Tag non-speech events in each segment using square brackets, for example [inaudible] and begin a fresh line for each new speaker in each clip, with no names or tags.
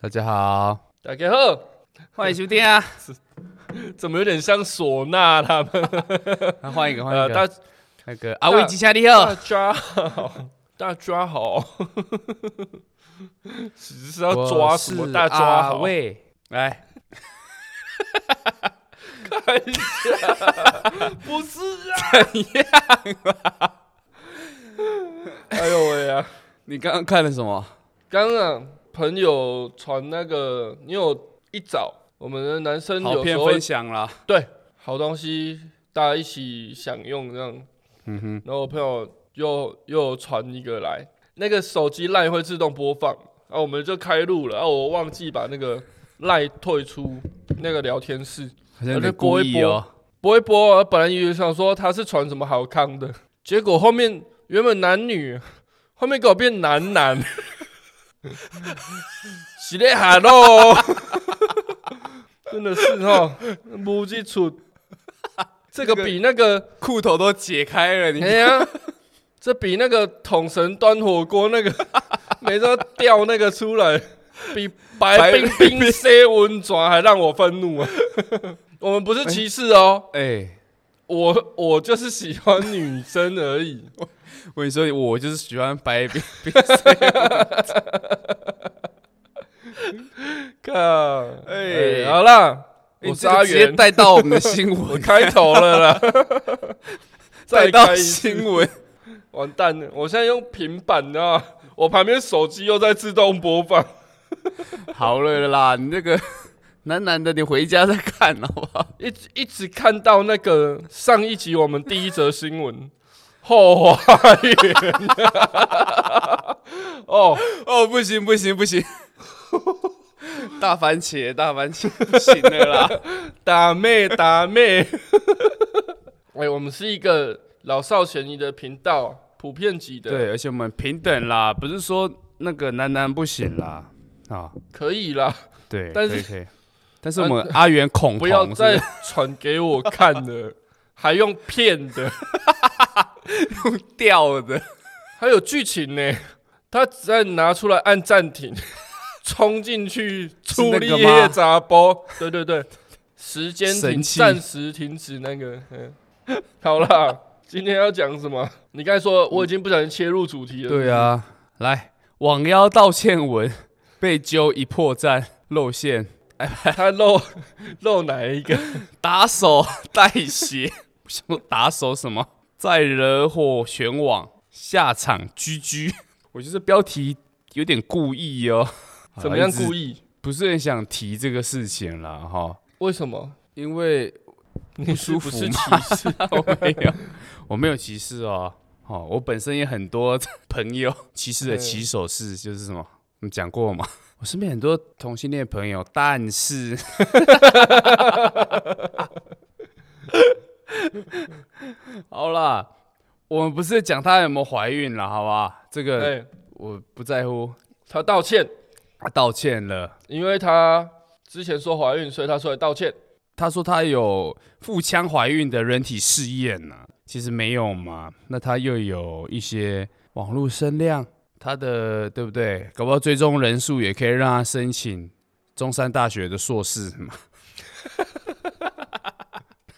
大家好，
大家好，
欢迎收听 [laughs] 啊！
怎么有点像唢呐他们？
那换一个，换
呃，
一
大
个，那个阿伟吉祥你好
大，家好，大家好， [laughs] 只是啊要抓什
我
么？
是
大家
阿
好，
伟，来，
看一下，啊不是啊？哎呦喂呀、
啊你刚刚看了什么？
刚刚啊朋友传那个，你有一早我们的男生
好
有时
片
候
分享啦，
对好东西大家一起享用这样。
嗯哼，
然后我朋友又又传一个来，那个手机赖会自动播放，啊，我们就开录了，啊，我忘记把那个赖退出那个聊天室，
好像有
我就
点故
播一
意
播
哦。
不会播、啊。本来以为想说他是传什么好康的，结果后面原本男女，后面给我变男男，洗嘞喊喽，真的是哈，母鸡出，这个比那个。
裤头都解开了，
哎
你
呀，这比那个桶神端火锅那个每次都掉那个出来，比白
白
冰冰塞温爪还让我愤怒啊！我们不是歧视哦，
哎，
我我就是喜欢女生而已。 [laughs]
我跟你说，我就是喜欢白冰，
看，
哎
哎，好啦，[laughs]
你
我
这
是阿
个直接
元，
带到我们的新
[laughs] 我
闻，
开头了
[laughs]
啦，
带
再
到
开一次
新闻，
完蛋了！我现在用平板啊，我旁边手机又在自动播放。
好了啦，你那个 [laughs] 男男的，你回家再看好不好？ [laughs]
一直一直看到那个上一集我们第一则新闻，后花园、 [laughs] 哦，
哦，不行不行不行， [laughs] 大番茄大番茄不行了啦，
打妹打妹。 [laughs] 哎、我们是一个老少咸宜的频道，普遍级的，，
[laughs] 对，而且我们平等啦，不是说那个男男不行啦，啊，
可以啦，
对，
但
可以
是
可以，但是我们阿元恐
不要
同
再
是
传给我看
[laughs]
了，还用骗的，
不是掉的，
还有剧情呢，他只在拿出来按暂
[laughs]
停，冲进去处理
是那个吗
夜杂波，对对对，时间停
神器
暂时停止那个，嗯，好啦，今天要讲什么？你刚才说我已经不小心切入主题了，
[laughs] 对啊，来网妖道歉文被揪一破绽露馅，
他漏漏哪一个？
打手带鞋， [laughs] 我想说打手什么？再惹火全网，下场居居。 [laughs] 我觉得这标题有点故意哦，
怎么样
好啦
故
一直
意？
不是很想提这个事情啦，哈，
为什么？
因为
你是
舒
不
服
是歧
[laughs]
视？
我没有，我没有歧视哦，哦，我本身也很多 [laughs] 朋友歧视的起手式就是什么，我们讲过嘛，我身边很多同性恋朋友，但是 [laughs] 好啦，我们不是讲她有没有怀孕了，好吧？这个
对，
我不在乎，
哎他道歉，
她道歉了。
因为他之前说怀孕，所以他出来道歉。
她说她有腹腔怀孕的人体试验呢、其实没有嘛。那她又有一些网络声量，她的对不对？搞不好追踪人数也可以让她申请中山大学的硕士嘛。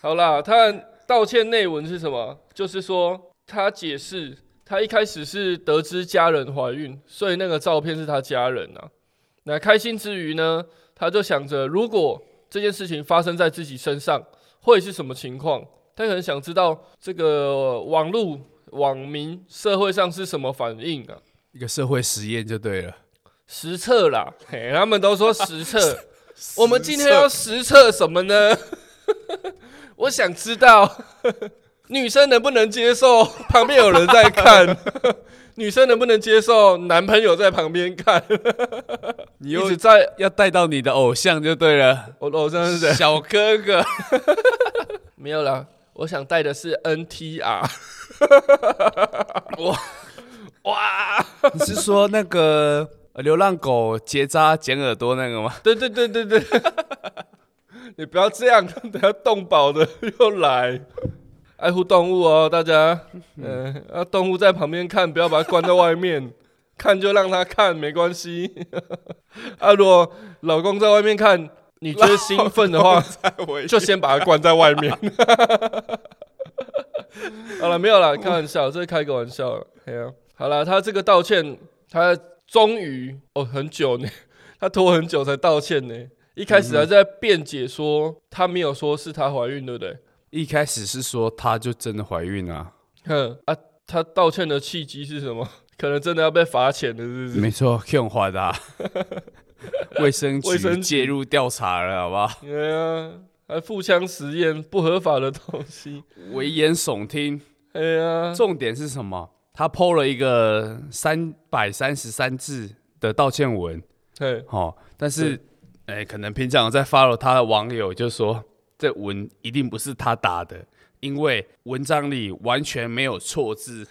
好啦，他的道歉内文是什么？就是说他解释，他一开始是得知家人怀孕，所以那个照片是他家人啊。那开心之余呢，他就想着，如果这件事情发生在自己身上，会是什么情况？他可能想知道这个网络网民社会上是什么反应啊？
一个社会实验就对了。
实测啦，嘿，他们都说 [laughs] 实测，我们今天要实测什么呢？ [laughs] 我想知道 [laughs] 女生能不能接受 [laughs] 旁边有人在 [laughs] 看，女生能不能接受男朋友在旁边看，
你
一
又
直在哦
要带到你的偶像就对了，
我偶像是谁？
小哥
[laughs]
哥。
没有啦，我想带的是 NTR，哇
[laughs] 你是说那个呃流浪狗结扎剪耳朵那个吗？
对对对对 [laughs] 对，你不要这样，等下动保的又来。爱护动物哦，大家，嗯、呃，啊，动物在旁边看，不要把它关在外面。 [laughs] 看就让他看，没关系。 [laughs] 啊，如果老公在外面看，你觉得兴奋的话， [laughs] 就先把他关在外面。 [laughs] 好了，没有啦，开玩笑，这是开个玩笑啦。哎呀、好了，他这个道歉，他终于哦，很久呢，他拖很久才道歉呢。一开
嗯
始还在辩解说他没有说是她怀孕，对不对？
一开始是说她就真的怀孕了、
哼啊，他道歉的契机是什么？ [laughs] 可能真的要被罚钱的，是不是？
没错，Q 花的、啊，卫生
卫生
局
局
介入调查了，好不好？
对啊，还腹腔实验不合法的东西。 [laughs]
危言耸听，
哎呀，
重点是什么？他 PO 了一个三百三十三字的道歉文，
嘿，
哦，但是，哎、可能平常有在 follow 他的网友就说，这文一定不是他打的，因为文章里完全没有错字。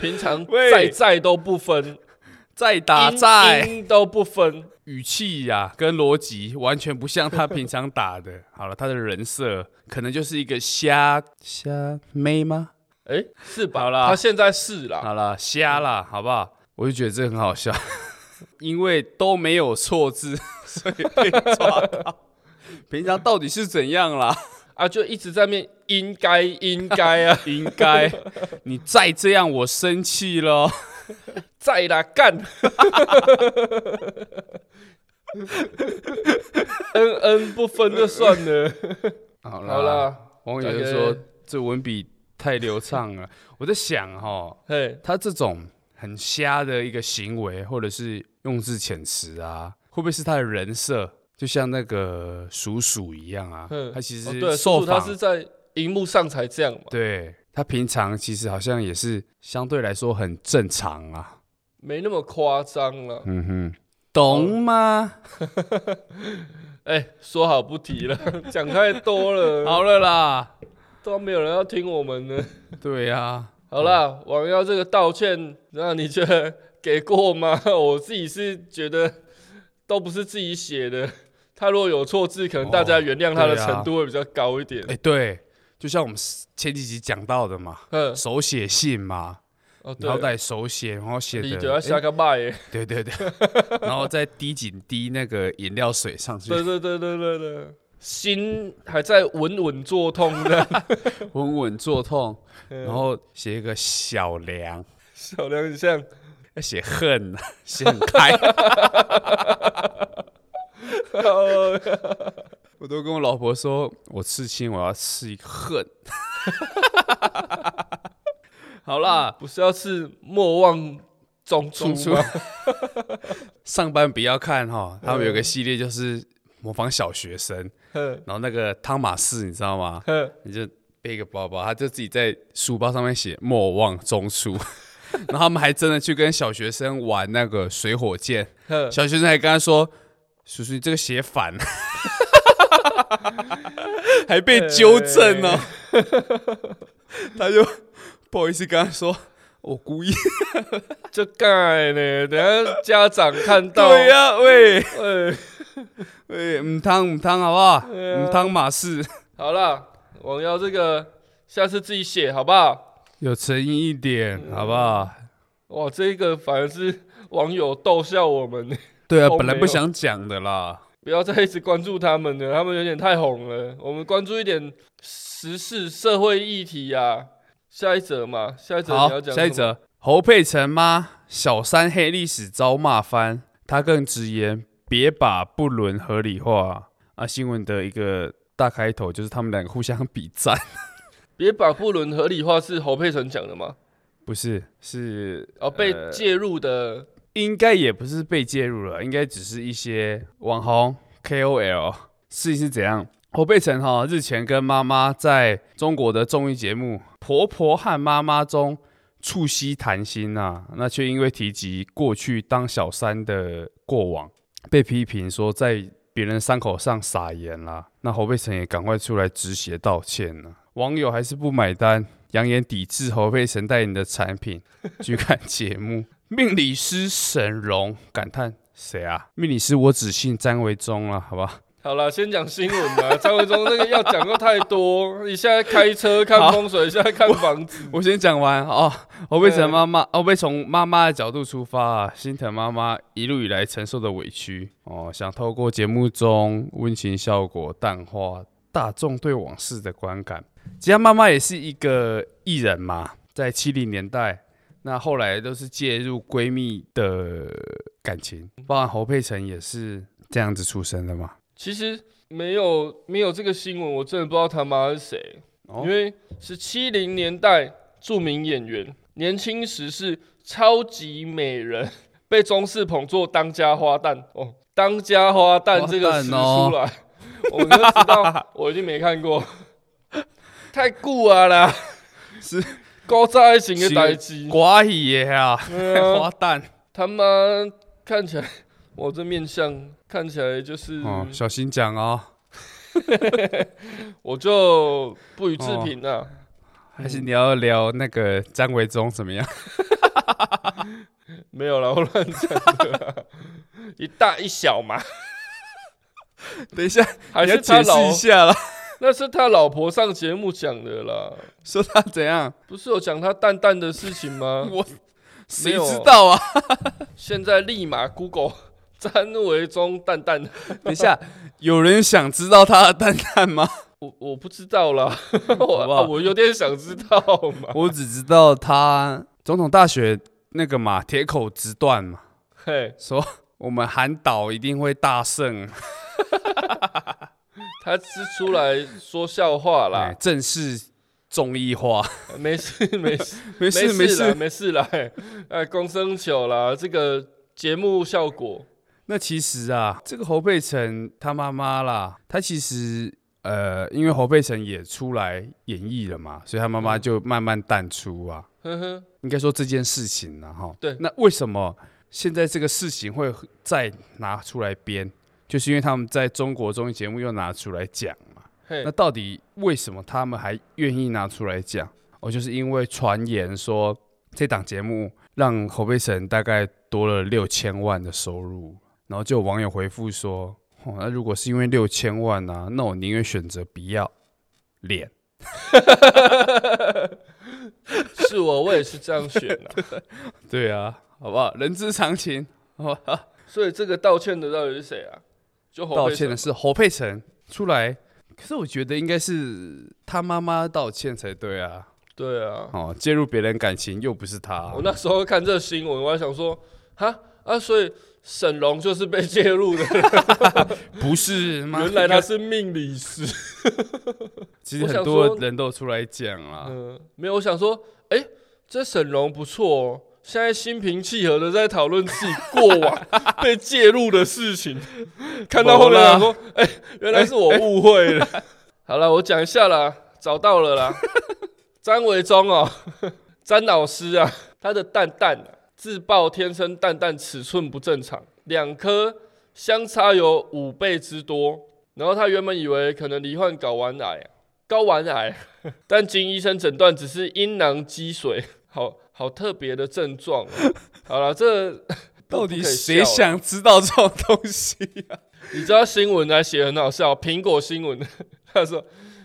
平常
[laughs] 喂
再再都不分，
再打
音
再
音都不分。
语气呀、跟逻辑完全不像他平常打的。 [laughs] 好了，他的人设可能就是一个瞎瞎妹吗？
哎、是吧？
好啦
他现在是啦，
好了，瞎啦，好不好？我就觉得这很好笑， [laughs] 因为都没有错字， [laughs] 所以被抓到。平常到底是怎样 [laughs] 啦？，
啊，就一直在面应该应该啊
应该你再这样，我生气了。
在啦干。 [laughs] 恩恩不分就算了，
好啦，
好啦，
网友就
大
说
概
这文笔太流畅了。我在想哈，
嘿，
他这种很瞎的一个行为，或者是用字遣词啊，会不会是他的人设？就像那个鼠鼠一样啊
嗯，
他其
哦
实
对，叔
受
叔他
访、
是在荧幕上才这样嘛，
对他平常其实好像也是相对来说很正常啊。
没那么夸张了。
嗯哼，懂吗？
哎、说好不提了， [laughs] 讲太多 [laughs] 了，
好了啦，
都没有人要听我们的。
对啊，
好啦，网妖这个道歉，那你觉得给过吗？ [laughs] 我自己是觉得都不是自己写的，他如果有错字，可能大家原谅他的
对啊
程度会比较高一点
哎、。对，就像我们前几集讲到的嘛，
嗯，
手写信嘛，
哦对
然后，再哎手写，然后写
你
的
就要下个麦耶，
对对
[laughs]
对，然后再滴几滴那个饮料水上去，
对对对对对对，心还在稳稳作痛的。
稳稳作痛，
嗯
然后写一个小梁，
小梁，你像
要写恨，写很 [laughs] 开。哦我都跟我老婆说，我刺青我要刺一个恨。 [laughs] 好啦，
不是要是莫忘中
出
初啊
出
吗？
上班不要看哈，他们有个系列就是模仿小学生，
嗯
然后那个汤马士你知道吗？
嗯
你就背一个包包，他就自己在书包上面写“莫忘中初”， [laughs] 然后他们还真的去跟小学生玩那个水火箭，
嗯
小学生还跟他说：“叔叔，你这个写反了。” [laughs] 还被纠正呢、 [laughs] 他就不好意思跟他说：“我故意。
就盖呢，等一下家长看”到，
对呀、喂
哎
哦 [laughs] 喂，唔汤唔汤，好不好？
对啊
唔汤马氏，
好啦，网妖这个下次自己写好不好？
[laughs] 有诚意一点，好不好？
嗯哇，这个反而是网友逗笑我们，
对啊，
都
本来
没
不
有
想讲的啦。
不要再一直关注他们了，他们有点太红了。我们关注一点时事、社会议题啊。下一则嘛，下一则你要
好，
讲
下一
什么，
则，侯佩岑妈小三黑历史遭骂翻，她更直言别把不伦合理化啊！新闻的一个大开头就是他们两个互相比赞，
别把不伦合理化是侯佩岑讲的嘛？
不是是
哦，被
呃
介入的，
应该也不是被介入了，应该只是一些网红 KOL。事情是怎样？侯佩岑哈日前跟妈妈在中国的综艺节目《婆婆和妈妈》中促膝谈心啊，那却因为提及过去当小三的过往，被批评说在别人伤口上撒盐啦。那侯佩岑也赶快出来止血道歉了、网友还是不买单，扬言抵制侯佩岑代言的产品。去看 [laughs] 节目，命理师沈荣感叹：“谁啊？命理师我只信詹维忠了，好吧？
好啦，先讲新闻吧。张维忠那个要讲又太多，你现在开
[laughs]
车看风水，现在看房子，
我先讲完哦，我被
对
从妈哦妈，我被从妈妈的角度出发、啊，心疼妈妈一路以来承受的委屈哦，想透过节目中温情效果淡化大众对往事的观感。其实妈妈也是一个艺人嘛，在七零年代，那后来都是介入闺蜜的感情，包含侯佩岑也是这样子出身的嘛。
其实没有没有这个新闻，我真的不知道他妈是谁，
哦
因为是七零年代著名演员，年轻时是超级美人， [laughs] 被中视捧作当家花旦哦，当家花旦这个词
花旦哦
出来，我就知
[laughs]
道我已经没看过，太酷啊啦，
[laughs] 是
高炸爱情的代志，
瓜爷啊，
对啊
花旦
他妈看起来，我这面相看起来就是，
哦，小心讲哦。
我就不予置
哦
评了、
还是你要聊那个张维忠怎么样？
没有啦，我乱讲的啦，一大一小嘛，
等一下，
嗯还
你要
是
解
他
释
老哦
一，下啦，
那是他老婆上节目讲的啦，
说他怎样？
不是有讲他蛋蛋的事情吗？
[laughs] 我谁
没有
知道
[laughs]
啊？
现在立马 Google [laughs] 詹维忠蛋蛋，
等一下，有人想知道他的蛋蛋吗？
我我不知道
[laughs]
啦，我
好不好
啊我有点想知道嘛，
我只知道他总统大学那个嘛，铁口直断嘛，
嘿，
说我们韩岛一定会大胜，
他是出来说笑话啦
哎，正式综艺化。
没事没事。
哎 [laughs] 没事
没
没
啦
事，
没事啦，嘿哎，公生球啦，这个节目效果，
那其实啊，这个侯佩岑她妈妈啦，她其实呃，因为侯佩岑也出来演艺了嘛，所以她妈妈就慢慢淡出啊。
呵呵，
应该说这件事情了哈。
对
那为什么现在这个事情会再拿出来编？就是因为他们在中国综艺节目又拿出来讲嘛。
嘿
那，到底为什么他们还愿意拿出来讲？哦，就是因为传言说这档节目让侯佩岑大概多了六千万的收入，然后就有网友回复说：“哦，那如果是因为六千万啊，那我宁愿选择不要脸。
是我，我也是这样选啊
[laughs]
的、”
对啊，好不好？人之常情，好吧。
所以这个道歉的到底是谁啊？就侯
道
佩
歉的
岑
是侯佩岑出来，可是我觉得应该是他妈妈道歉才对啊。
对啊，
哦，介入别人感情又不是他
我，那时候看这新闻，我还想说，哈啊，所以沈龙就是被介入的，
[laughs] 不是吗？
原来他是命理师。
其实
我
很
想
多
说
人都有出来讲啊，
嗯，没有，我想说，哎、这沈龙不错哦。现在心平气和的在讨论自己过往 [laughs] 被介入的事情， [laughs] 看到后面想说，哎、原来是我误会了。哎 [laughs] 好了，我讲一下啦，找到了 [laughs] 啦，张维忠哦， [laughs] 詹老师啊，他的蛋蛋、啊、自曝天生蛋蛋尺寸不正常，两颗相差有五倍之多。然后他原本以为可能罹患睾丸癌、啊睾丸癌， [laughs] 但经医生诊断只是阴囊积水，好好特别的症状哦、好了，这不
到底
不可以
谁
笑啊
想知道这种东西啊？ [laughs]
你知道新闻来写很好笑，苹果新闻 [laughs] 他说，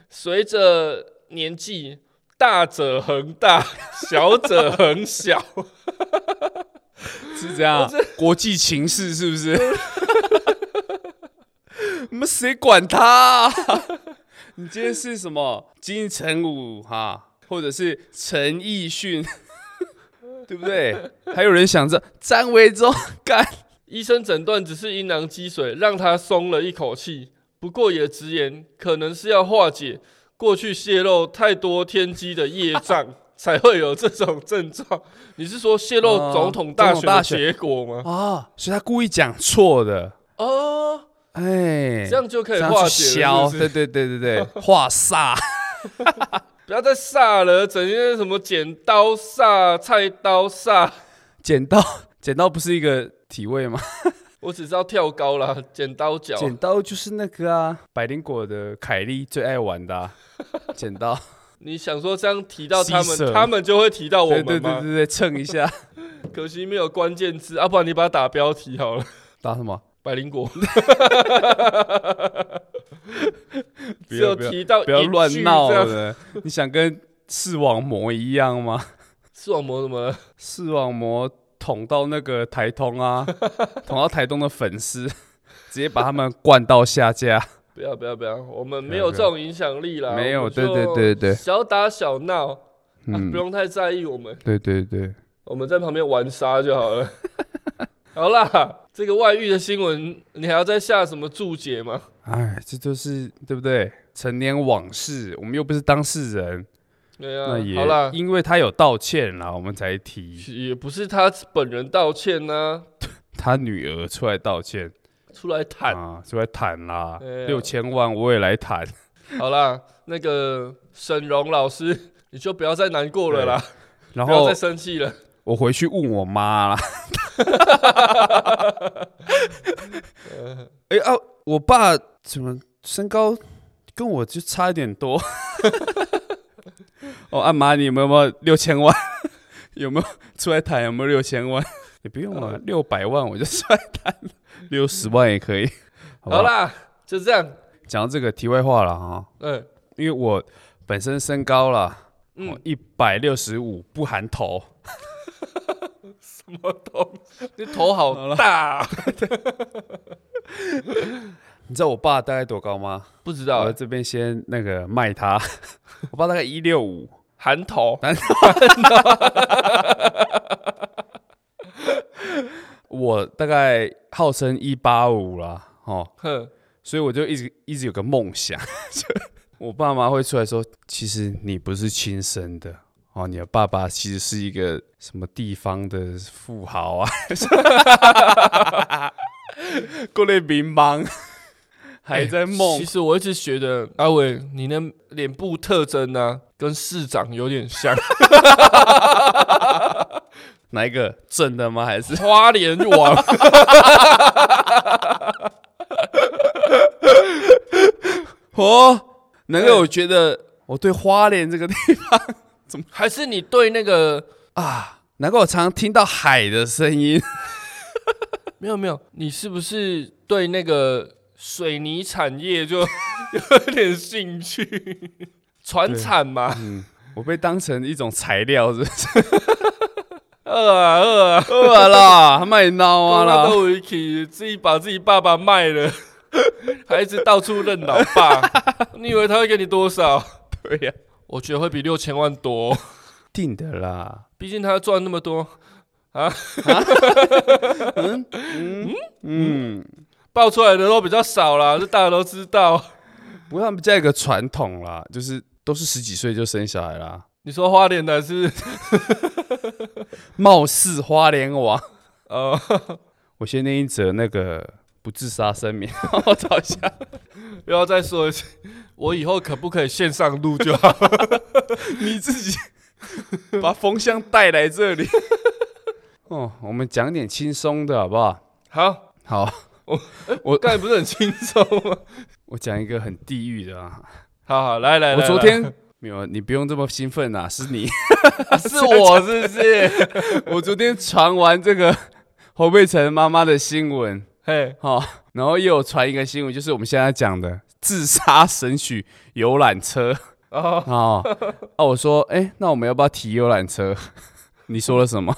随着年纪，大者恒大，小者恒小。 [laughs]
是这样啊，国际情势是
[laughs]
不是？你们谁管他、啊？ [laughs] 你今天是什么金城武哈、或者是陈奕迅， [laughs] 对不对？还有人想着张维忠干， [laughs]
医生诊断只是阴囊积水，让他松了一口气。不过也直言，可能是要化解过去泄露太多天机的业
[laughs]
障，才会有这种症状。你是说泄露
哦
总统大选
总统
的
大选
结果吗？
啊，所以他故意讲错的，
哦，
哎，
这样就可
这
以
样
化
去
解了
消，
是不是
对对对对对， [laughs] 化煞，
不要再煞了，整天什么剪刀煞、菜刀煞，
剪刀剪刀不是一个体位吗？
[laughs] 我只知道跳高啦，剪刀脚。
剪刀就是那个啊，百灵果的凯莉最爱玩的、啊、剪刀，
你想说这样提到他
吸
们，
色
他们就会提到我
对
们吗？
对对对对，蹭一下。
可惜没有关键字，啊，不然你把它打标题好了。
打什么？
百灵果，
不
只
要
有
[laughs] 不要
提到
不要
一
乱
句
闹
这样。
了，你想跟视网膜一样吗？
视网膜怎么了？
视网膜捅到那个台通啊，捅到台东的粉丝，直接把他们灌到下架。
不要不要不要，我们
不
没
要
有
不
这
要
种影响力啦。
没有
我们
对对
就
对对
小打小闹，啊
嗯
不，用太在意我们。
对对对，
我们在旁边玩沙就好了。 [laughs] 好啦，这个外遇的新闻，你还要再下什么注解吗？
哎，这就是对不对？陈年往事，我们又不是当事人，
对啊
那，也
好啦，
因为他有道歉啦，我们才提
也不是他本人道歉呢、
他女儿出来道歉
出来谈。
啊，出来谈啦，
对啊
六千万我也来谈。
好啦，那个沈荣老师， [laughs] 你就不要再难过了啦，
然
不要
后
再生气了。
我回去问我妈啦。 [laughs] 哎、啊，我爸怎么身高跟我就差一点多？ [laughs] 哦，阿、妈，你有没有六千万？ [laughs] 有没有出来谈？有没有六千 [laughs] 万？也不用了，六百万我就出来谈了，六十万也可以。 [laughs] 好
好
吧，
啦，就这样。
讲到这个题外话了哈，
嗯
因为我本身身高啦，哦
嗯
我一百六十五不含头。
什么东西？你头好大啊、
你知道我爸大概多高吗？
不知
我
道
这边先那个卖他， [laughs] 我爸大概一六五，
含头
我大概号称一八五啦，哦，
哼，
所以我就一直一直有个梦想， [laughs] 就我爸妈会出来说，其实你不是亲生的哦，你的爸爸其实是一个什么地方的富豪啊， [laughs] 过来民帮，还在梦
哎其实我一直觉得阿伟，你的脸部特征呢、跟市长有点
[laughs]
像，
哪一个正的吗？还是
花莲王。
[laughs] 哦，能够我觉得我对花莲这个地
还是你对那个
啊， [laughs] 难怪我常常听到海的声音。
没有没有，你是不是对那个水泥产业就 [laughs] 有点兴趣？船产嘛，
[laughs] 我被当成一种材料，是不是？
饿啊饿啊，
饿啦，卖孬啊
完了
啦！
都一起自己把自己爸爸卖了， [laughs] 还一直到处认老
[laughs]
爸，你以为他会给你多少？
对呀、
我觉得会比六千万多哦，
[laughs] 定的啦。
毕竟他赚那么多。啊
啊嗯，
爆出来的都比较少啦，这大家都知道。
不过他们家有个传统啦，就是都是十几岁就生小孩啦。
你说花莲的是
貌似花莲王，
呃，
哦 [laughs] 我先念一则那个不自杀声明， [laughs] 我找一下。
[laughs] 又要再说一次，我以后可不可以线上录就好？ [laughs]
你自己把风向带来这里。 [laughs] 哦，我们讲点轻松的好不好？
好，
好，
我刚才不是很轻松吗？
我讲一个很地狱的啊。
好好，来来来，
我昨
来
天没有，你不用这么兴奋啊，是你。
啊 [laughs] 是我是不是？
[laughs] 我昨天传完这个侯佩岑妈妈的新闻，
嘿，
哈、然后又有传一个新闻，就是我们现在讲的自杀神曲游览车
哦，
啊、哦、啊！我说，哎、那我们要不要提游览车？你说了什么？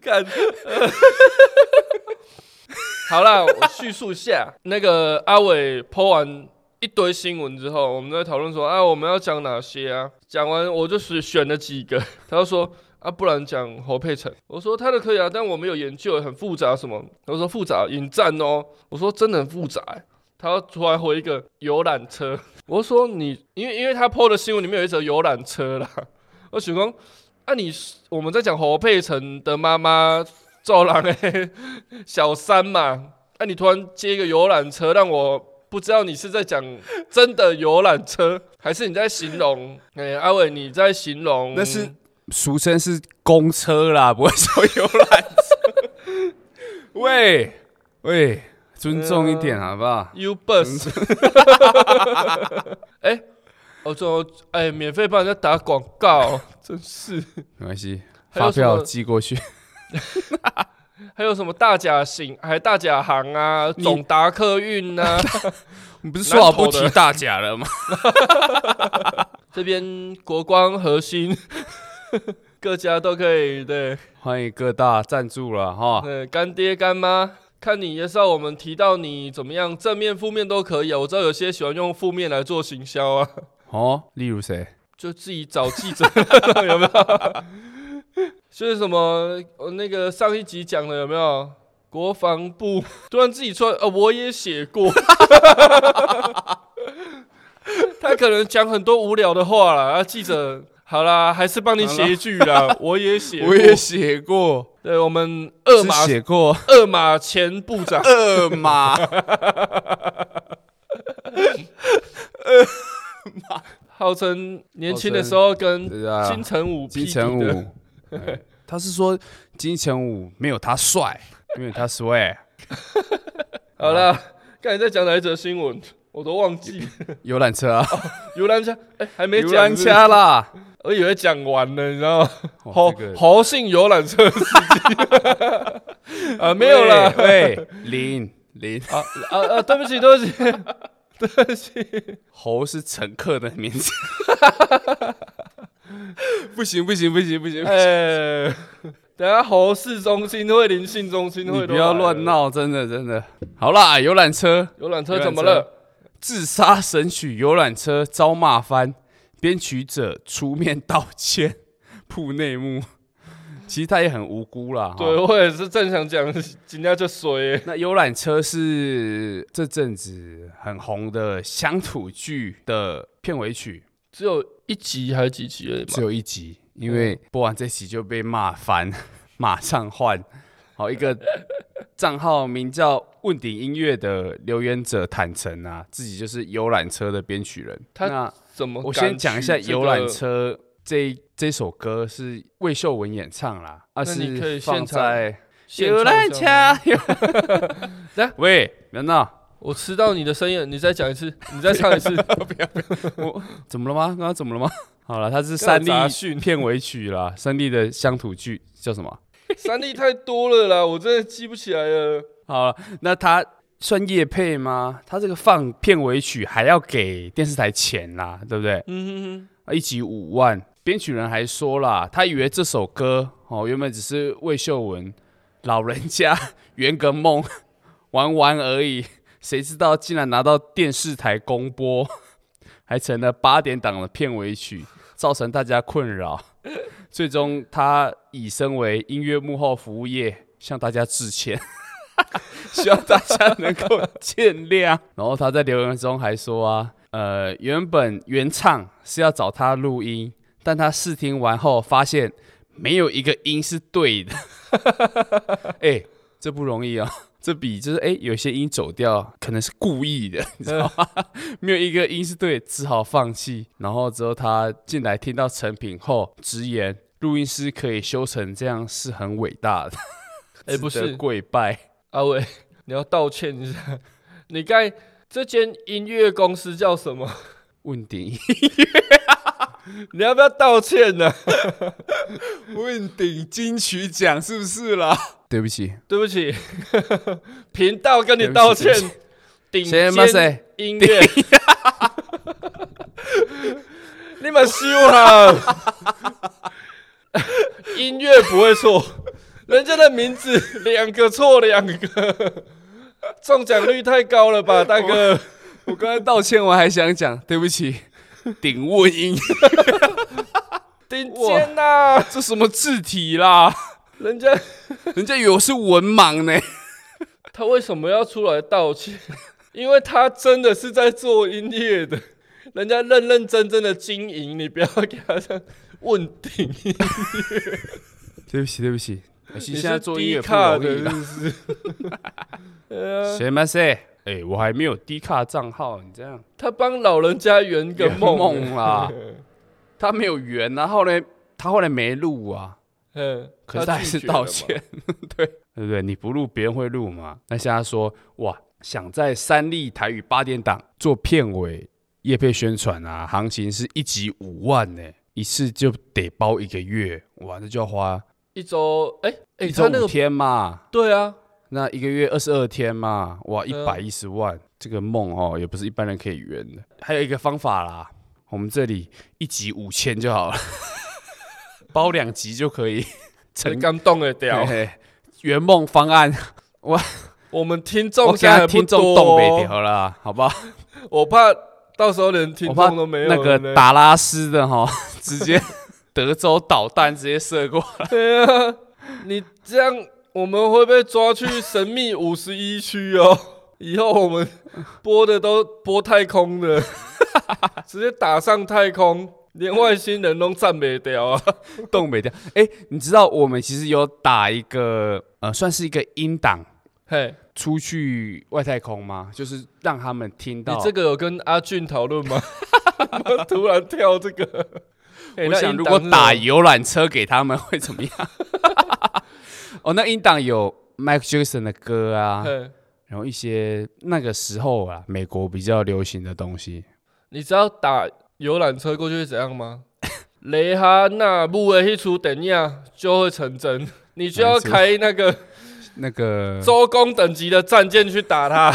看， [laughs] 好啦，我叙述一下，那个阿伟抛完。一堆新闻之后，我们在讨论说啊，我们要讲哪些啊？讲完我就是选了几个，他就说啊，不然讲侯佩岑。我说他的可以啊，但我们有研究很复杂什么。他说复杂引战哦，我说真的很复杂、欸。他突然回一个游览车，我说你，因为因为他 PO 的新闻里面有一则游览车啦，我想讲啊你，我们在讲侯佩岑的妈妈赵郎诶，小三嘛，啊你突然接一个游览车，让我。不知道你是在讲真的游览车，还是你在形容？哎、阿伟，你在形容
那是俗称是公车啦，不会说游览
[laughs]
车。喂喂，尊重一
啊
点好不好？
U Bus，哎、我说哎、免费帮人家打广告，真是。
没关系，
还有
发
什么
票寄过去。
还有什么大甲行，还大甲行啊，
你
总达客运啊，
[laughs] 你不是说好
南投
不
的
提大甲了吗？
这边国光核心，各家都可以对，
[laughs] 欢迎各大赞助了哈，
嗯，干爹干妈。看你介绍，我们提到你怎么样，正面、负面都可以啊。我知道有些喜欢用负面来做行销啊，
哦，例如谁？
就自己找记者 [laughs] 有没有？就是什么呃那个上一集讲的有没有？国防部突然自己出来，呃，我也写过，他可能讲很多无聊的话啦。啊，记者，好啦，还是帮你写一句啦， [laughs] 我也写过，
写过，
对我们二
是
马
写过
二马前部
[laughs]
长，
二马，
号称年轻的时候跟
对啊，
金城武
金
屁
城
股的，
武，哎他是说金城武没有他帅，没有他帅，
好啦，刚才在讲哪一则新闻，我都忘记了。
游览车 [laughs] 啊，
游览车，哎、还没
游
讲
览
是不是
车啦，
我以为讲完了，你知道吗？
哇
侯
这个
侯姓游览车司机 [laughs] 啊，没有啦，
喂，喂零零
啊啊啊，对不起，对不起，对不起，
猴是乘客的名字， [laughs] 不行不行不行不
[laughs]
行，
哎、等下侯市中心会林信中心会，
你不要乱。闹，真的真的，好啦，游览车。
游览车怎么了？
自杀神曲游览车遭骂翻，编曲者出面道歉，铺内幕。其实他也很无辜啦。哈
对，，我也是正想讲，今天就衰、
那游览车是这阵子很红的乡土剧的片尾曲，
只有一集还是几集而已
只
嘛。
有一集，因为播完这集就被骂翻， [laughs] 马上换。好，一
[laughs]
个账号名叫“问鼎音乐”的留言者坦诚啊，自己就是游览车的编曲人。
他
那
怎么、
我先讲一下《游览，车》这这首歌是魏秀文演唱啦，啊
那你可以
是
现
放
场
在
现场这样吗。
[laughs] 来，喂，难道
我吃到你的声音，你再讲一次，你再唱一
[laughs]
次。
怎么了吗？刚刚怎么了吗？好了，它是三
杂
立片尾曲啦，三立的乡土剧叫什么？
三例太多了啦，我真的记不起来了。
好了，那它算业配吗？它这个放片尾曲还要给电视台钱啦，对不对？啊
嗯哼
一集五万。编曲人还说啦，他以为这首歌哦，原本只是魏秀文老人家 [laughs] 圆个梦 [laughs] 玩玩而已，谁知道竟然拿到电视台公播， [laughs] 还成了八点档的片尾曲，造成大家困扰。最终，他以身为音乐幕后服务业向大家致歉，希望大家能够见谅。然后他在留言中还说啊，呃，原本原唱是要找他录音，但他试听完后发现没有一个音是对的。 [laughs] 哎、这不容易啊、这比就是哎、有些音走掉可能是故意的，你知道吗？没有一个音是对的，只好放弃。然后之后他进来听到成品后，直言录音师可以修成这样是很伟大的，
哼，哎、不
[laughs] 值得
是，
跪拜。
阿伟，你要道歉一下。你该这间音乐公司叫什么？ [laughs]
问鼎
你要不要道歉呢、
问鼎金曲奖是不是啦？对不起，
对不起， [laughs] 频道跟你道歉
对不。
顶
谁骂
尖
谁？
音乐，
[laughs]
你们修了。音乐不会错，人家的名字两个错两个，中奖率太高了吧，大哥？
我刚才道歉，我还想讲对不起。鼎问音， [laughs]
顶尖呐、
这什么字体啦？
人家
人家以为我是文盲呢。
他为什么要出来道歉？ [laughs] 因为他真的是在做音乐的，人家认认真真的经营，你不要给他这样问鼎。
对不起，对不起。其
你
实现在
是
做音
低
乐不
卡
容易啊
的，
啦
是。不是？ [laughs] 对啊，
谁嘛谁？哎、我还没有低卡账号，你这样
他帮老人家圆个
圆
梦，啊 [laughs]
梦啊 [laughs] 啦。他没有圆，然后呢，他后来没录啊，
嗯，
可是他还
拒
是
绝了
道
嘛
歉，， [laughs] 对对不对？你不录，别人会录嘛？那现在说，哇，想在三立台语八点档做片尾业配宣传啊，行情是一集五万呢、一次就得包一个月，哇，那就要花
一周，哎哎，哎、
一
他那
周五
个
天嘛，
对啊，
那一个月二十二天嘛，哇，一
对啊
百一十万，这个梦哦，也不是一般人可以圆的。还有一个方法啦，我们这里一集五千就好了， [laughs] 包两集就可以 [laughs] 成
很感动的屌
嘿。嘿圆梦方案。
我们听
我
众
给
现在还
他
不
听
多
众动北
哦、
调啦，好不好？
我怕到时候连听
我怕
众都没有
那
了
个
呢。
达拉斯的哈， [laughs] 直接德州导弹直接射过，
对啊，你这样我们会被抓去神秘五十一区哦。以后我们播的都播太空的，
[laughs]
直接打上太空，连外星人都占不掉啊！
东北调。哎、你知道我们其实有打一个呃，算是一个音档。
嘿，
出去外太空吗？就是让他们听
你
到。
这个有跟阿俊讨论吗？ [laughs] 怎么突然跳这个，嘿
[laughs] 我
那
想
音
如果
档是
打
什么
游览车给他们会怎么样？ [laughs] 哦，那音档有 Mike Jackson 的歌啊，
嘿
然后一些那个时候啊，美国比较流行的东西。
你知道打游览车过去是怎样吗？雷哈纳姆的一出电影就会成真，你就要
没错
开那个
那个
周公等级的战舰去打他，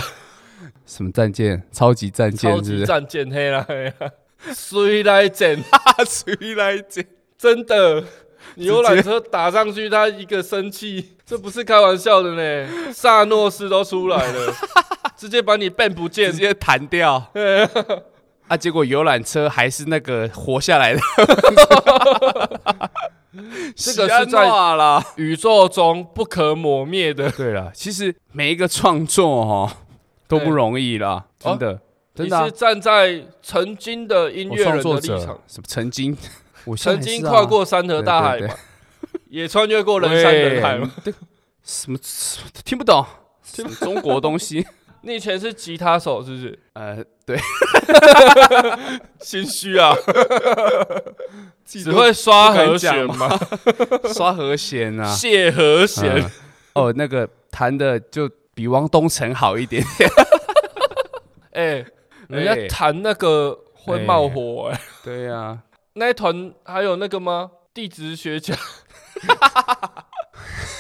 什么战舰，超级战舰
超
是
级
不是？
战舰黑啦黑啦，水来战，
谁来接？
真的，你游览车打上去，他一个生气，这不是开玩笑的呢，萨诺斯都出来了，直接把你变不见
[laughs] 直，接弹 [laughs] 掉。啊，结果游览车还是那个活下 [laughs] 来的。
这个是在
喜安诺啊啦。
宇宙中不可磨灭的。
对了，其实每一个创作哈都不容易啦，
对
真的，真
你
的啊、
是站在曾经的音
我
乐
创
人的
作
立
者
场，
什么曾经，我现在
曾
还
经
是啊
跨过山河大海
对对
嘛
对，
也穿越过人山人海嘛。
喂这什么什么听不懂？什么中国东西？ [laughs]
你以前是吉他手是不是？
呃，对，
心虚
[laughs]
啊，只
只
会刷
不敢
和
讲
弦吗？
刷和弦啊，
谢和弦
嗯， [laughs] 哦，那个弹的就比汪东城好
[laughs]
一点。
哎，人家弹那个会冒火哎。
对呀、啊，
那一团还有那个吗？地质学家。 [laughs]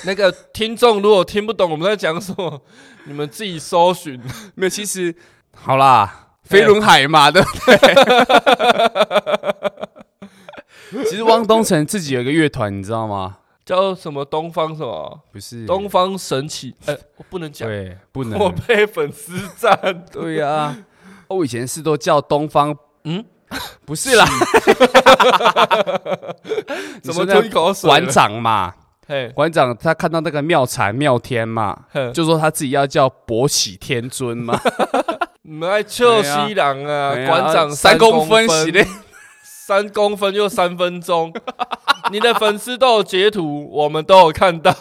那个听众如果听不懂我们在讲什么，你们自己搜寻。
没有，其实好啦，飞轮海嘛，对 [laughs] 不对？其实汪东城自己有一个乐团，你知道吗？
叫什么东方什么
不是
东方神起？哎、我不能讲，
对，不能
我被粉丝
[laughs]
赞。
对呀、哦我以前是都叫东方，
嗯，
不
[laughs]
是啦，
怎么吞口水了？
馆长嘛？
嘿，
馆长他看到那个妙禅妙天嘛， [laughs]
哼
就说他自己要叫博喜天尊 [laughs] 嘛，
你们爱笑西郎啊，
哎呀
馆长
三
公
分系
系
列 [laughs]
列，，三公分又三分钟，你的粉丝都有截图，我们都有看
[laughs]
到。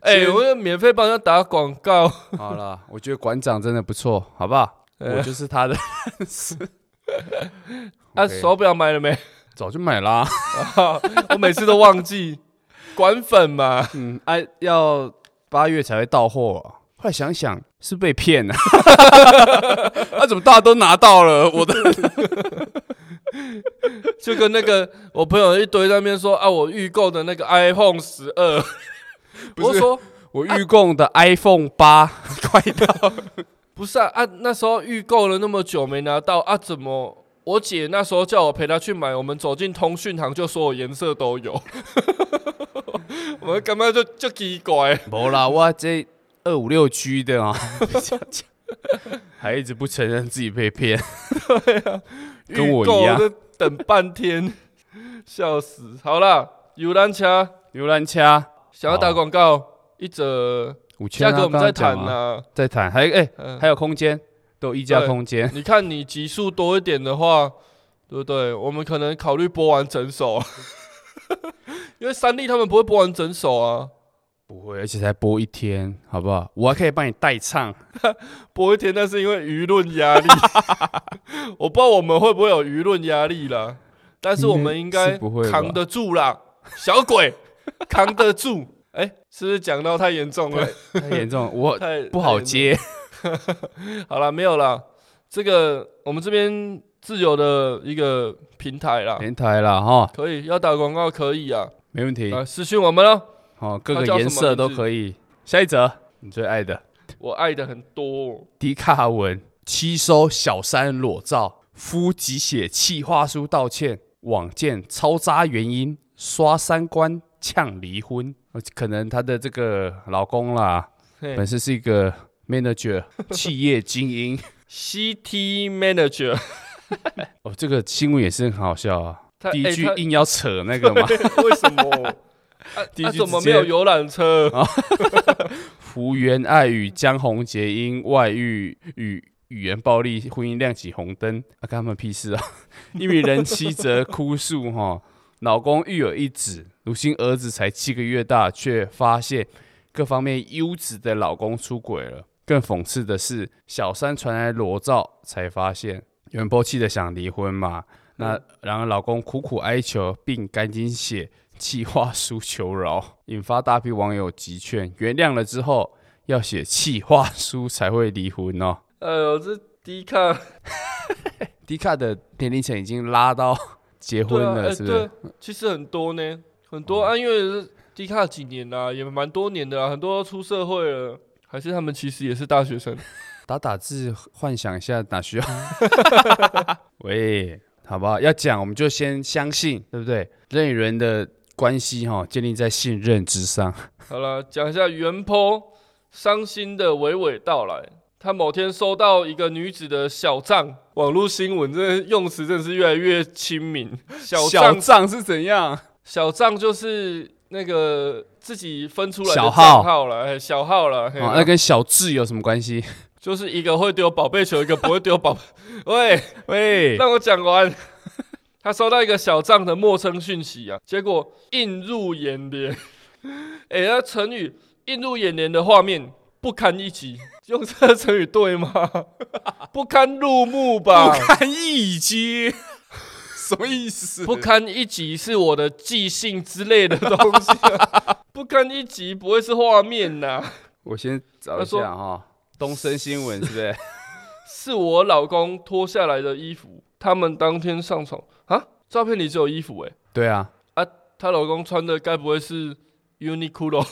哎、
先
我就免费帮他打广告，
好了，我觉得馆长真的不错，好不好？
哎
我就是他的，
啊，
OK
手表买了没？
[laughs]
[laughs]
早就买啦、
我每次都忘记，管粉嘛，
嗯，哎、要八月才会到货、后来想想是被骗了、 [laughs] 啊，怎么大家都拿到了我的？
就跟那个我朋友一堆在那边说啊，我预购的那个 iPhone 十二，
不
我
是
说
[laughs] 我预供的 iPhone 八啊 [laughs] 快到，
不是啊啊，那时候预购了那么久没拿到啊，怎么？我姐那时候叫我陪她去买，我们走进通讯行就所有颜色都有， [laughs] 我们干嘛就就奇怪？
没啦，我这二五六 G 的 [laughs] 啊，还一直不承认自己被骗。啊跟我一样
预购就等半天，笑死！好啦，游览车
游览车
想要打
好
广告，一折
五千、
价
啊，
格我们
刚
再
刚讲
谈
啊
啊。
再谈，还哎、
嗯，
还有空间，都有议价
对
空间。
你看你集数多一点的话， [laughs] 对不对？我们可能考虑播完整首， [laughs] 因为三立他们不会播完整首啊。
不会，而且才播一天，好不好？我还可以帮你
[laughs]
代唱。
播一天，那是因为舆论压
[laughs]
力。我不知道我们会不会有舆论压力啦，但是我们应
应该
该
嗯是不会吧
扛得住啦，小
[laughs]
鬼扛得住。哎、是不是讲到太严重了？
太严重，
[laughs]
我
太
不好。接。
太严重好啦，没有啦，这个我们这边自由的一个平台啦，
平台了哈，
可以要打广告可以啊，
没问题。
啊，私讯我们喽。
哦，各
它
个
叫
颜
什么
色
名
都
字
可以。下一则，你最爱的
我爱的很多、哦，
迪卡文吸收小三裸照，夫即写气话书道歉，网见超渣原因，刷三观呛离婚。呃可能她的这个老公啦，
嘿
本身是一个
[laughs]
manager 企业精英。
CT Manager，
哦，这个新闻也是很好笑啊。
他
第
[laughs]
一
哎
句
他
硬要扯那个嘛，
[laughs] 为什么？啊
第一
啊、
句
怎么
直
没有
接
游览车？
福原爱与江宏杰因外遇与语言暴力婚姻亮起红灯，啊，干他们屁事啊！一名人妻则哭诉哈，老公育有一子，如今儿子才七个月大，却发现各方面优质的老公出轨了。更讽刺的是，小三传来裸照，才发现原波气的想离婚嘛。那然而老公苦苦哀求，并赶紧写气话书求饶，引发大批网友急劝。原谅了之后，要写气话书才会离婚哦。
哎呦，这迪卡
迪卡的年龄层已经拉到结婚
对啊，
了，
哎
是不是？哦
对，其实很多呢，很多、啊，因为迪卡几年啦、也蛮多年的啊，很多都出社会了，还是他们其实也是大学
[laughs]
生。
打打字，幻想一下哪需要？
嗯
[laughs]
[laughs]
喂，好不好？要讲我们就先相信，对不对？人与人的关系哈、建立在信任之上。
好了，讲一下原坡伤心的娓娓道来。他某天收到一个女子的小账，网络新闻，真的用词真的是越来越亲民。小
小
账
账是怎样？
小账就是那个自己分出来的
小
账
号
号了，哎小号了，嘿
哦，那跟小智有什么关系？
就是一个会丢宝贝球，一个不会丢宝贝。
[laughs]
喂，
喂，
让我讲完。他收到一个小账的陌生讯息啊，结果映入眼帘。 [laughs] 哎、那成语“映入眼帘”的画面不堪一击，用这个成语对吗？ [laughs] 不堪入目吧？
[laughs] 堪一击，什么意思
不堪一击是我的记性之类的东西啊、 [laughs] 不堪一击不会是画面呐、
我先找
他
一
说
下哈、东森新闻是不是？
是我老公脱下来的衣服，他们当天上床啊，照片里只有衣服哎、
[laughs] 对啊，
她老公穿的该不会是
[laughs]
Uniqlo？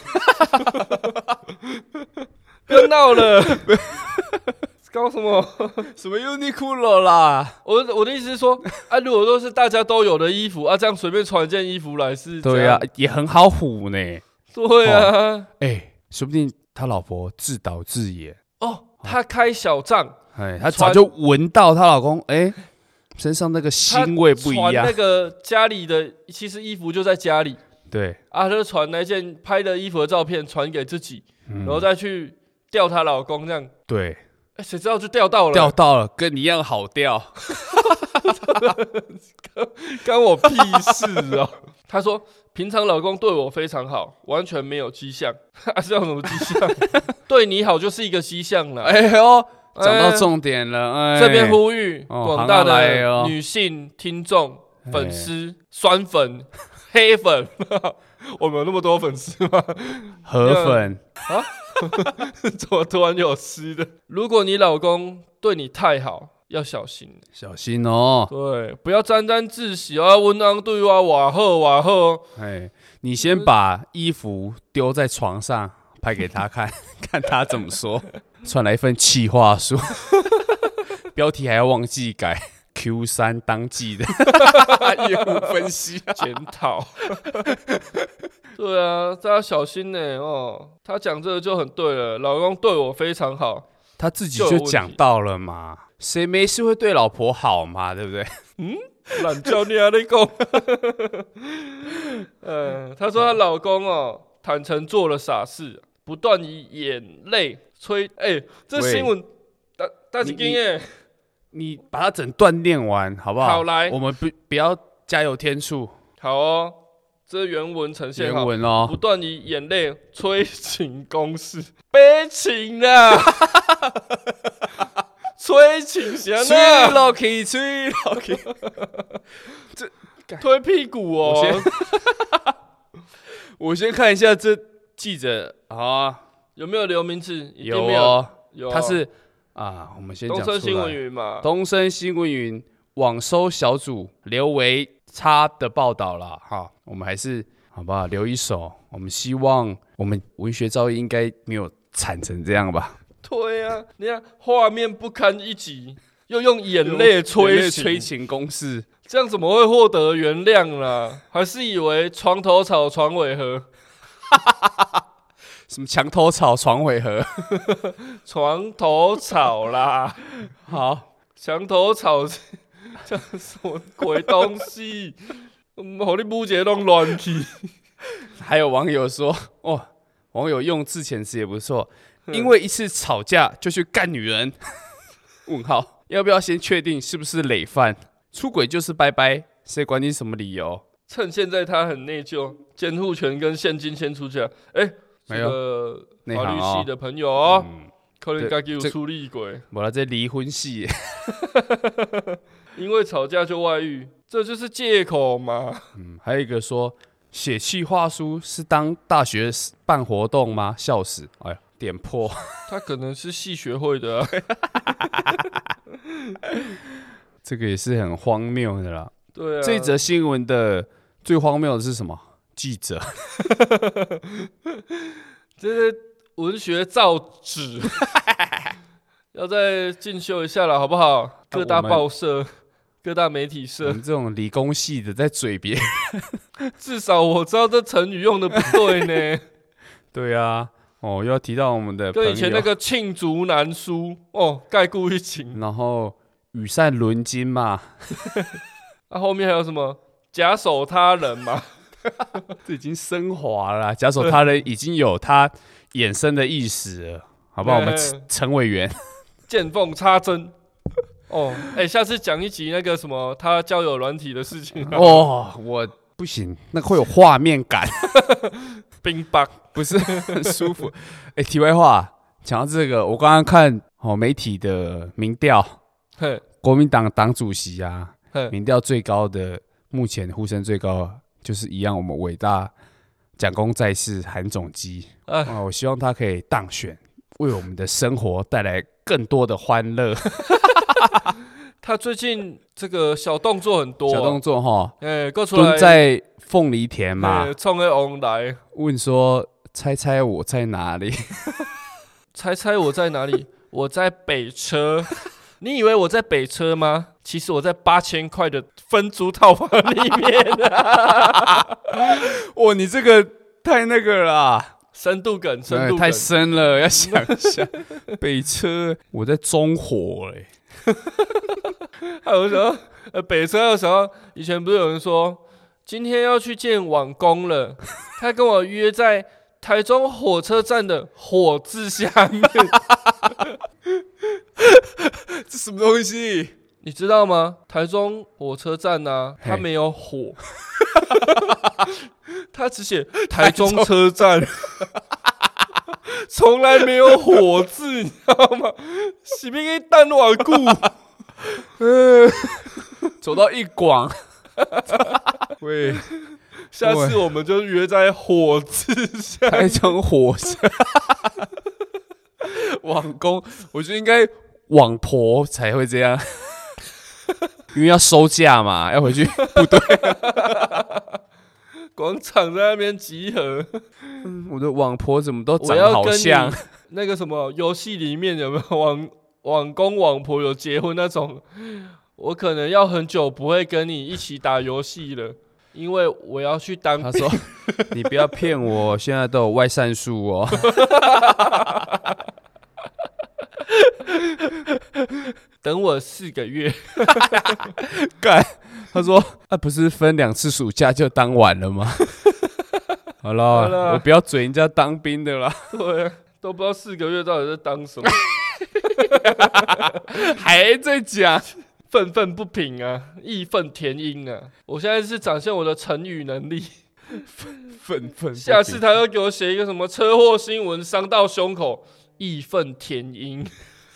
不要闹了， [laughs] 搞什么？
什么 Uniqlo 啦？
我的我的意思是说，啊，如果说是大家都有的衣服啊，这样随便穿一件衣服来是？
对啊，，也很好唬呢。
对啊，
哎、说不定他老婆自导自演。
哦，她开小账，
哎，她早
传
就闻到她老公哎、身上那个
她
腥味不一
传
样
那，个家里的其实衣服就在家里
对，
啊，她就传那件拍的衣服的照片传给自己，
嗯
然后再去钓她老公这样，
对，
哎，谁知道就钓到了，
钓到了，跟你一样好钓。
[laughs] 干我屁事
[laughs]
哦！她说，平常老公对我非常好，完全没有迹象， [laughs] 啊，是有什么迹
[laughs]
象？对你好就是一个迹象了。
哎呦，
哎
讲到重点了，哎，
这边呼吁
哦
广大
行啊来
的
哦
女性听众、
哎
粉丝、酸粉、黑粉， [laughs] 我们有那么多粉丝吗？
河粉，
怎么突 [laughs] 然有吃的？如果你老公对你太好，要小心，
小心哦。
[laughs] 对，不要沾沾自喜啊，温安对我瓦后瓦后，
哎，你先把衣服丢在床上，拍给他看， [laughs] 看他怎么说。传来一份气话书， [laughs] 标题还要忘记改。Q 三
[laughs]
当季的业务分析，
检讨。 [laughs] 对啊，大家小心呢、哦。他讲这个就很对了，老公对我非常好，
[laughs] 他自己
就有
就
问
讲
题
到了嘛，谁没事会对老婆好嘛，对不对？ [laughs]
懒教你啊，你讲。 [laughs] 嗯，她说她老公哦，坦诚做了傻事，不断以眼泪催。哎、这
喂
新闻大大几
你
斤哎，
你把它整段念完好不好？
好来
我们不不要加油添醋，
好哦，这原文呈现
原
好。
文哦
不。断以眼泪催情攻势，悲情啊！ [laughs] 催情谁
吹
呢？
了可以吹了可以，
推屁股
我先
哦，
我先看一下这记者啊，
有没有留名字？一定
有
没有，
哦，
有
他是啊，我们先
东
讲出
森新闻
来。
云嘛？
东森新闻云网搜小组刘维差的报道啦，哈，我们还是好不好？留一手，我们希望我们文学造诣应该没有惨成这样吧？
对呀、啊，你看画面不堪一击，又用眼泪催情
催情攻势，
这样怎么会获得原谅啦？还是以为床头吵，床尾和，
什么墙头草床尾和？
床头吵啦，
好，
墙头吵是，这什么鬼东西？嗯，好，你母姐弄乱去，
还有网友说， [laughs] 哦，网友用字遣词也不错，
嗯
因为一次吵架就去干女人。 [laughs] 问号，要不要先确定是不是累犯？出轨就是拜拜，谁管你什么理由？
趁现在他很内疚，监护权跟现金先出去啊。哎、这
没有
个
内
法
行
律
哦
系的朋友哦，
嗯，
可能
对
家己有
这
出力鬼，
我了这离婚戏，
因为吵架就外遇，这就是借口嘛。
嗯， [laughs] 还有一个说写企划书是当大学办活动吗？笑死！哎呀，点破。 [laughs]
他可能是系学会的、啊，
这个也是很荒谬的啦。
对啊。
这则新闻的最荒谬的是什么？记者
这是文学造
[laughs]
纸，要再进修一下了，好不好？各大
我们
报社、各大媒体
我
社，
们这种理工系的在嘴别。
至少我知道这成语用的不对
[laughs]
呢。
对啊，哦，又要提到我们的朋
跟
友，
以前那个罄竹难书哦，概故一情。
然后羽扇纶巾嘛，
那、啊后面还有什么假手他人嘛？ [laughs]
这 [laughs] 已经升华了啦。假手他人已经有他衍生的意思了，好不好？我们
对
陈委 [laughs] 员，
见缝插针。哦，哎、下次讲一集那个什么他交友软体的事情、
[laughs]
啊。哦，
哦，我不行，那会有画面感，
冰棒
不是很 [laughs] 舒服。哎，题外话，讲到这个，我刚刚看哦媒体的民调，
嘿，
国民党党主席啊，
嘿，
[laughs] 民调最高的，目前呼声最高的就是一样，我们伟大蒋公在世韩总机
哎
啊，我希望他可以当选，为我们的生活带来更多的欢乐。
他最近这个小动作很多、
小动
啊。
作哈，
哎、欸，过出来
蹲在凤梨田嘛
欸，冲个王来，
问说猜猜我在哪里？
猜猜我在哪里？ [laughs] 我在北车。 [laughs] 你以为我在北车吗？其实我在八千块的分租套房里面、
[laughs]
[laughs]
哇，你这个太那个了啊，
深度梗，深
哎
度梗
太。深了，要想一 [laughs] 下。北车，我在中火哎、
还有什么？呃，北车有什么？以前不是有人说今天要去见网工了，他跟我约在台中火车站的火字下面，
这什么东西？
你知道吗？台中火车站呢、啊，它
嘿
没有
[laughs]
火，它只写台中车站，从来没有火字， [laughs] 你知道吗？洗面给蛋瓦固，
走到一 [laughs] 广，喂，
下次我们就约在火字下。
台中火车，网工，我觉得应该网婆才会这样，因为要收假嘛，要回去。
广场在那边集合，
我的网婆怎么都
我
长得
要
好
跟
像
你，那个什么游戏里面有没有网 [laughs] 网公网婆有结婚那种？我可能要很久不会跟你一起打游戏了，因为我要去当
他说：“你不要骗我，现在都有外散
[laughs]
术哦。
等我四个月，” [laughs]
干，他说：“啊，不是分两次暑假就当完了吗？” [laughs] 好
好了
了，我不要嘴人家当兵的啦，
对啊、都不知道四个月到底在当
[laughs]
什么，
还在讲。
愤愤不平啊，义愤填膺啊！我现在是展现我的成语能力，
愤愤，
下次他要给我写一个什么车祸新闻，伤到胸口，义愤填膺，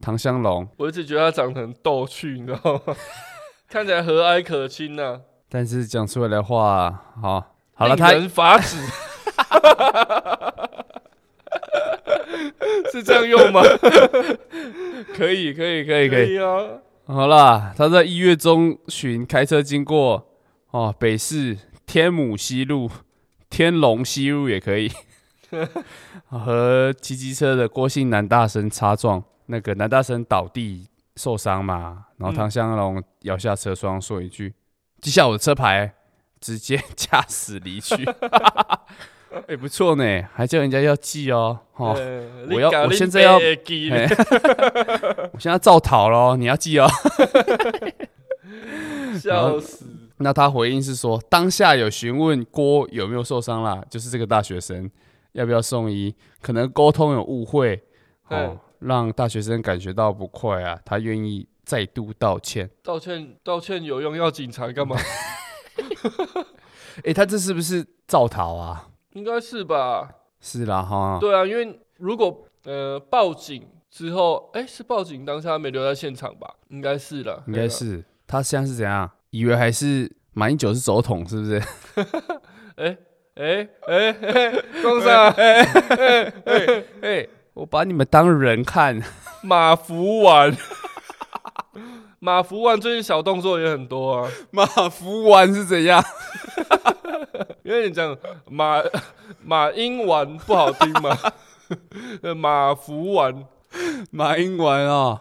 唐香龙，
我一直觉得他长得很逗趣，你知道吗？ [laughs] 看起来和蔼可亲呐、
但是讲出来的话，好，好
令
了，他
人发
[laughs]
指，是这样用吗？
可以，可以，可以，可以。
啊，
好啦，他在一月中旬开车经过哦，北市天母西路、天龙西路也可以， [laughs] 和骑机车的郭姓男大生擦撞，那个男大生倒地受伤嘛，然
嗯
后唐香龙摇下车窗说一句：“记下我的车牌，直接驾驶离去。” [laughs] 也、不错呢，还叫人家要记哦。哦，
嗯
我要
你搞
我
你
现在要
白记
嘿我现在造逃咯，你要记哦。 [laughs]
笑死！
那他回应是说，当下有询问郭有没有受伤啦，就是这个大学生要不要送医，可能沟通有误会，哦
嗯，
让大学生感觉到不快啊，他愿意再度道歉。
道歉道歉有用，要警察
[laughs]
干嘛？
诶，他这是不是造逃啊？
应该是吧？
是啦，哈，
对啊，因为如果呃报警之后，哎、是报警当下他没留在现场吧？应该是啦，啊
应该是他现在是怎样？以为还是马英九是总统，是不是？
哎。哎哎哎， [laughs] 装啥？
[laughs] 哎，我把你们当人看，
马福丸， [laughs] 马福丸最近小动作也很多啊。
马福丸是怎样？
因为你讲马马英丸不好听嘛， [laughs] 呃马福丸
马英丸啊、哦，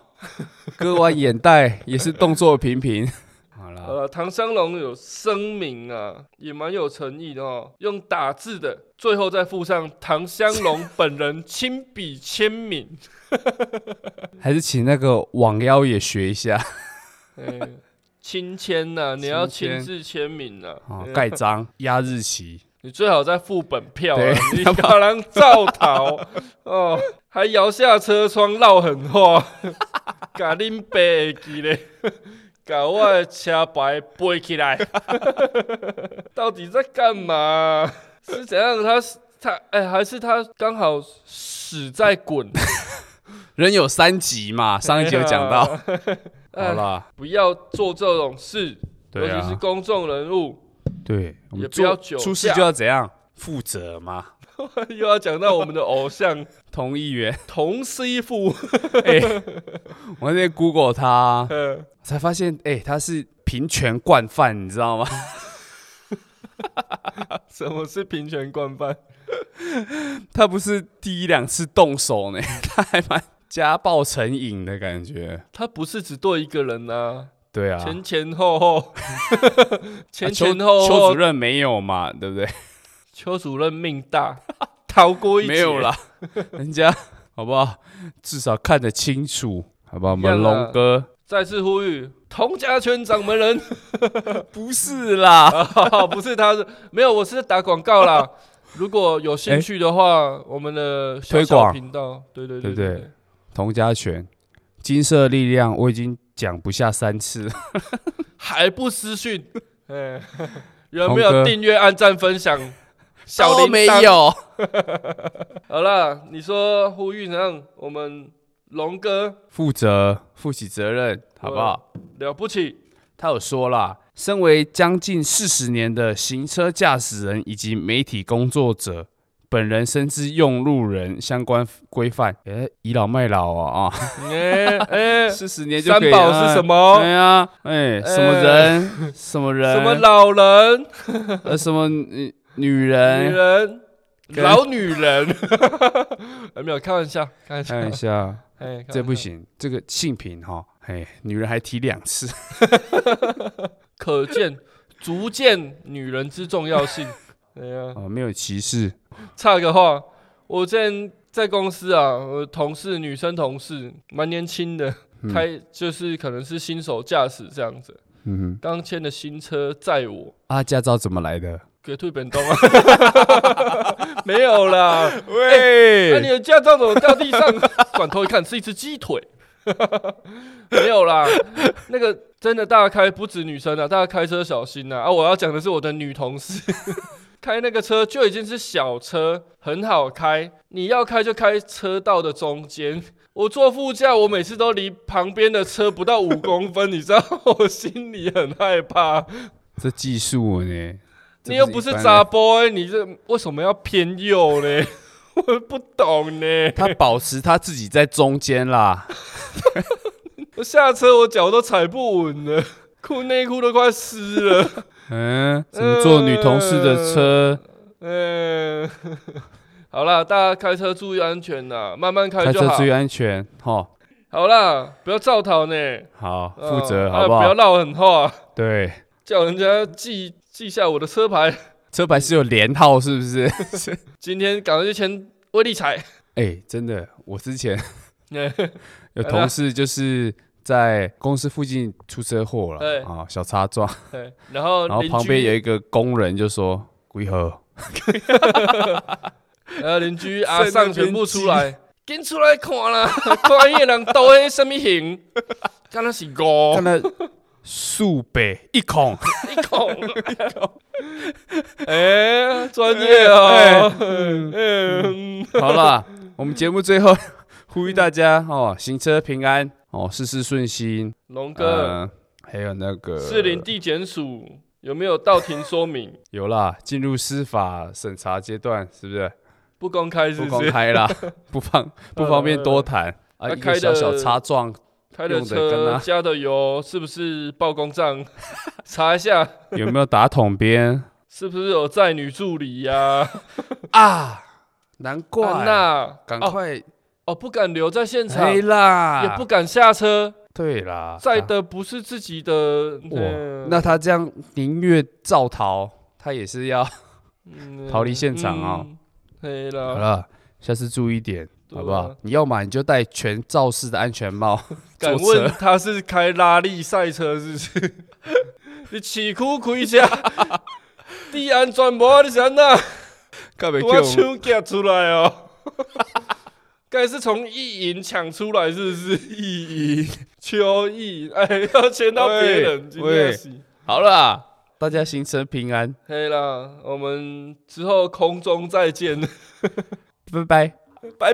割完眼袋也是动作频频。好啦，
呃，唐香龙有声明啊，也蛮有诚意的哦，用打字的，最后再附上唐香龙本人亲笔签名。
还是请那个网妖也学一
[laughs]
下，
哎亲签呐，你要亲自签名呐、
哦
哎，
盖章压日期，
你最好再附本票、啊
对，
你把人造
[laughs]
逃哦，还摇下车窗闹狠话， [laughs] 甲恁爸会记咧， [laughs] 甲我的车牌背起来， [laughs] 到底在干嘛？是怎样？他是他哎、还是他刚好屎在滚？
人有三
[laughs]
急嘛， [laughs] 上一集有讲到， [laughs] 好
哎，
啦，
不要做这种事，
对
尤其是
啊，
公众人物， [laughs]
对，我
也
们
不要
做
酒驾
出事就要怎样负责嘛，
又要讲到我们的偶像
同议员，
童师傅。
[laughs]
[laughs]
我那天 Google 他，
呃
才发现，哎、他是平权惯犯，你知道吗？ [laughs]
什么是平权惯犯？
他不是第一两次动手呢， [laughs] 他还蛮家暴成瘾的感觉，
他不是只对一个人呐、
对啊，
前前后后，
[laughs] 啊
前
邱
前后
邱
后
主，任没有嘛，对不对？
邱主任命大， [laughs] 逃过一劫
没
[laughs]
有，啦，人家好不好？至少看得清楚，好不好？我们
一样啊
龙哥
再次呼吁，童家圈掌门人， [laughs]
不是啦，
啊不是他是没有，我是打广告
[laughs]
啦。如果有兴趣的话，我们的小
推
小
广
频道，对对
对
对
对童家拳、金色力量，我已经讲不下三次
[laughs]
了。
还不私
[laughs]
讯，哎， [laughs] 有
童
没
哥
有订阅、按赞、分
[laughs]
享？小铃铛
没有，
好啦，你说呼吁让我们龙哥
负责负起责任，好不好？
了不起，
[laughs] 他有说啦，身为将近四十年的行车驾驶人以及媒体工作者，本人深知用路人相关规范，诶、倚老卖老
[laughs]
啊啊，
哎哎，
四十年就
三
可以
宝
啊
是什么？
对啊，哎，什么人，什么
哦
人，
什么老人、
呃，什么女女
女
人，
人、
跟
老女人？ [laughs] 哎没有，开玩笑，开玩笑，
看一下，
哎，
这
开
不
玩笑，
行，这个性平哈，哎，女人还提两次， [laughs]
可见足见女人之重要
[laughs]
性。哎呀，
哦，没有歧视，
差个话，我之前在公司啊，我同事女生同事蛮年轻的，
嗯
开就是可能是新手驾驶这样子，
嗯哼，
刚签的新车载我。
啊，驾照怎么来的？
给退本东啊， [laughs] 没有啦。那、啊你
喂，
的驾照怎么掉地上？转头一看，是一只鸡腿。 [laughs] 没有啦，那个真的大家开不止女生啊，大家开车小心呐、啊。啊，我要讲的是我的女同事， [laughs] 开那个车就已经是小车，很好开。你要开就开车道的中间。我坐副驾，我每次都离旁边的车不到五公分，你知道， [laughs] 我心里很害怕。
这技术呢？这
你又不是
一般人
渣 boy，你这为什么要偏右呢？ [laughs] 我不懂呢。
他保持他自己在中间
[laughs]
啦。
我下车我脚都踩不稳了，裤内裤都快湿了。 [laughs]
嗯，怎么坐女同事的车？
嗯，好啦，大家开车注意安全呐，慢慢呃开
开
就
车
好
注。意安全，吼，
好啦，不要造逃呢，
好，
嗯
负责
啊
好不
不要
好？
撂狠话，
对，
叫人家记记下我的车牌。
车牌是有连号是
[laughs]
不是？
今天赶快去签威力彩。 [laughs]
哎，真的，我之前
嗯
有同事就是在公司附近出车祸
对
了啊，小擦撞，
对哎然后
[laughs] 然后
邻
旁边有
居哦
一个工人就说：“鬼何
呃邻
[laughs]
居阿
在那
上
边
全部
记
出来，跟出来看啦， [laughs] 看伊人都迄什么型， [laughs] 敢若是五
看。到数北一孔，
一口， [laughs] 哎，专业
[laughs]
[laughs]
哎
哦，嗯，
[laughs] 好了，我们节目最后呼吁大家哦，行车平安哦，事事顺心。
龙哥，
呃，还有那个
士林地检署有没有到庭说
[laughs]
明？
有啦，进入司法审查阶段，是不是？
不公开是
不
不
公
是？
开啦， [laughs] 不方不方便
[laughs]
多谈
那
啊。一
呃开
个
的
小小擦撞，
开的
用得跟
车
啊
加的油是不是报公账？ [laughs] 查一下
有没有打桶边
是不是有载女助理呀？
啊？难怪，
安娜，
赶
哦
快哎
哦，不敢留在现场，
黑
也
啦，
不敢下车，
对啦，
载
啊
的不是自己的。
哇
嗯，
那他这样宁愿造逃，他也
[laughs]
是要
嗯
逃离现场哦。
嗯对
好
了，
了，下次注意点，
对啊
好不好？你要买你就戴全罩式的安全帽，
[laughs] 敢
坐
问
车
他是开拉力赛车是不是？ [laughs] 你起哭开车， [laughs] 地安全无你想
[laughs]
哪？
干没
我手夹出来哦。 [laughs] 该是从意淫抢出来是不是？意淫，秋意，哎，要牵到别人，
喂
今天是。
好了，大家行程平安，
嘿啦，我们 [laughs] 之后空中再见，
拜拜。
拜拜。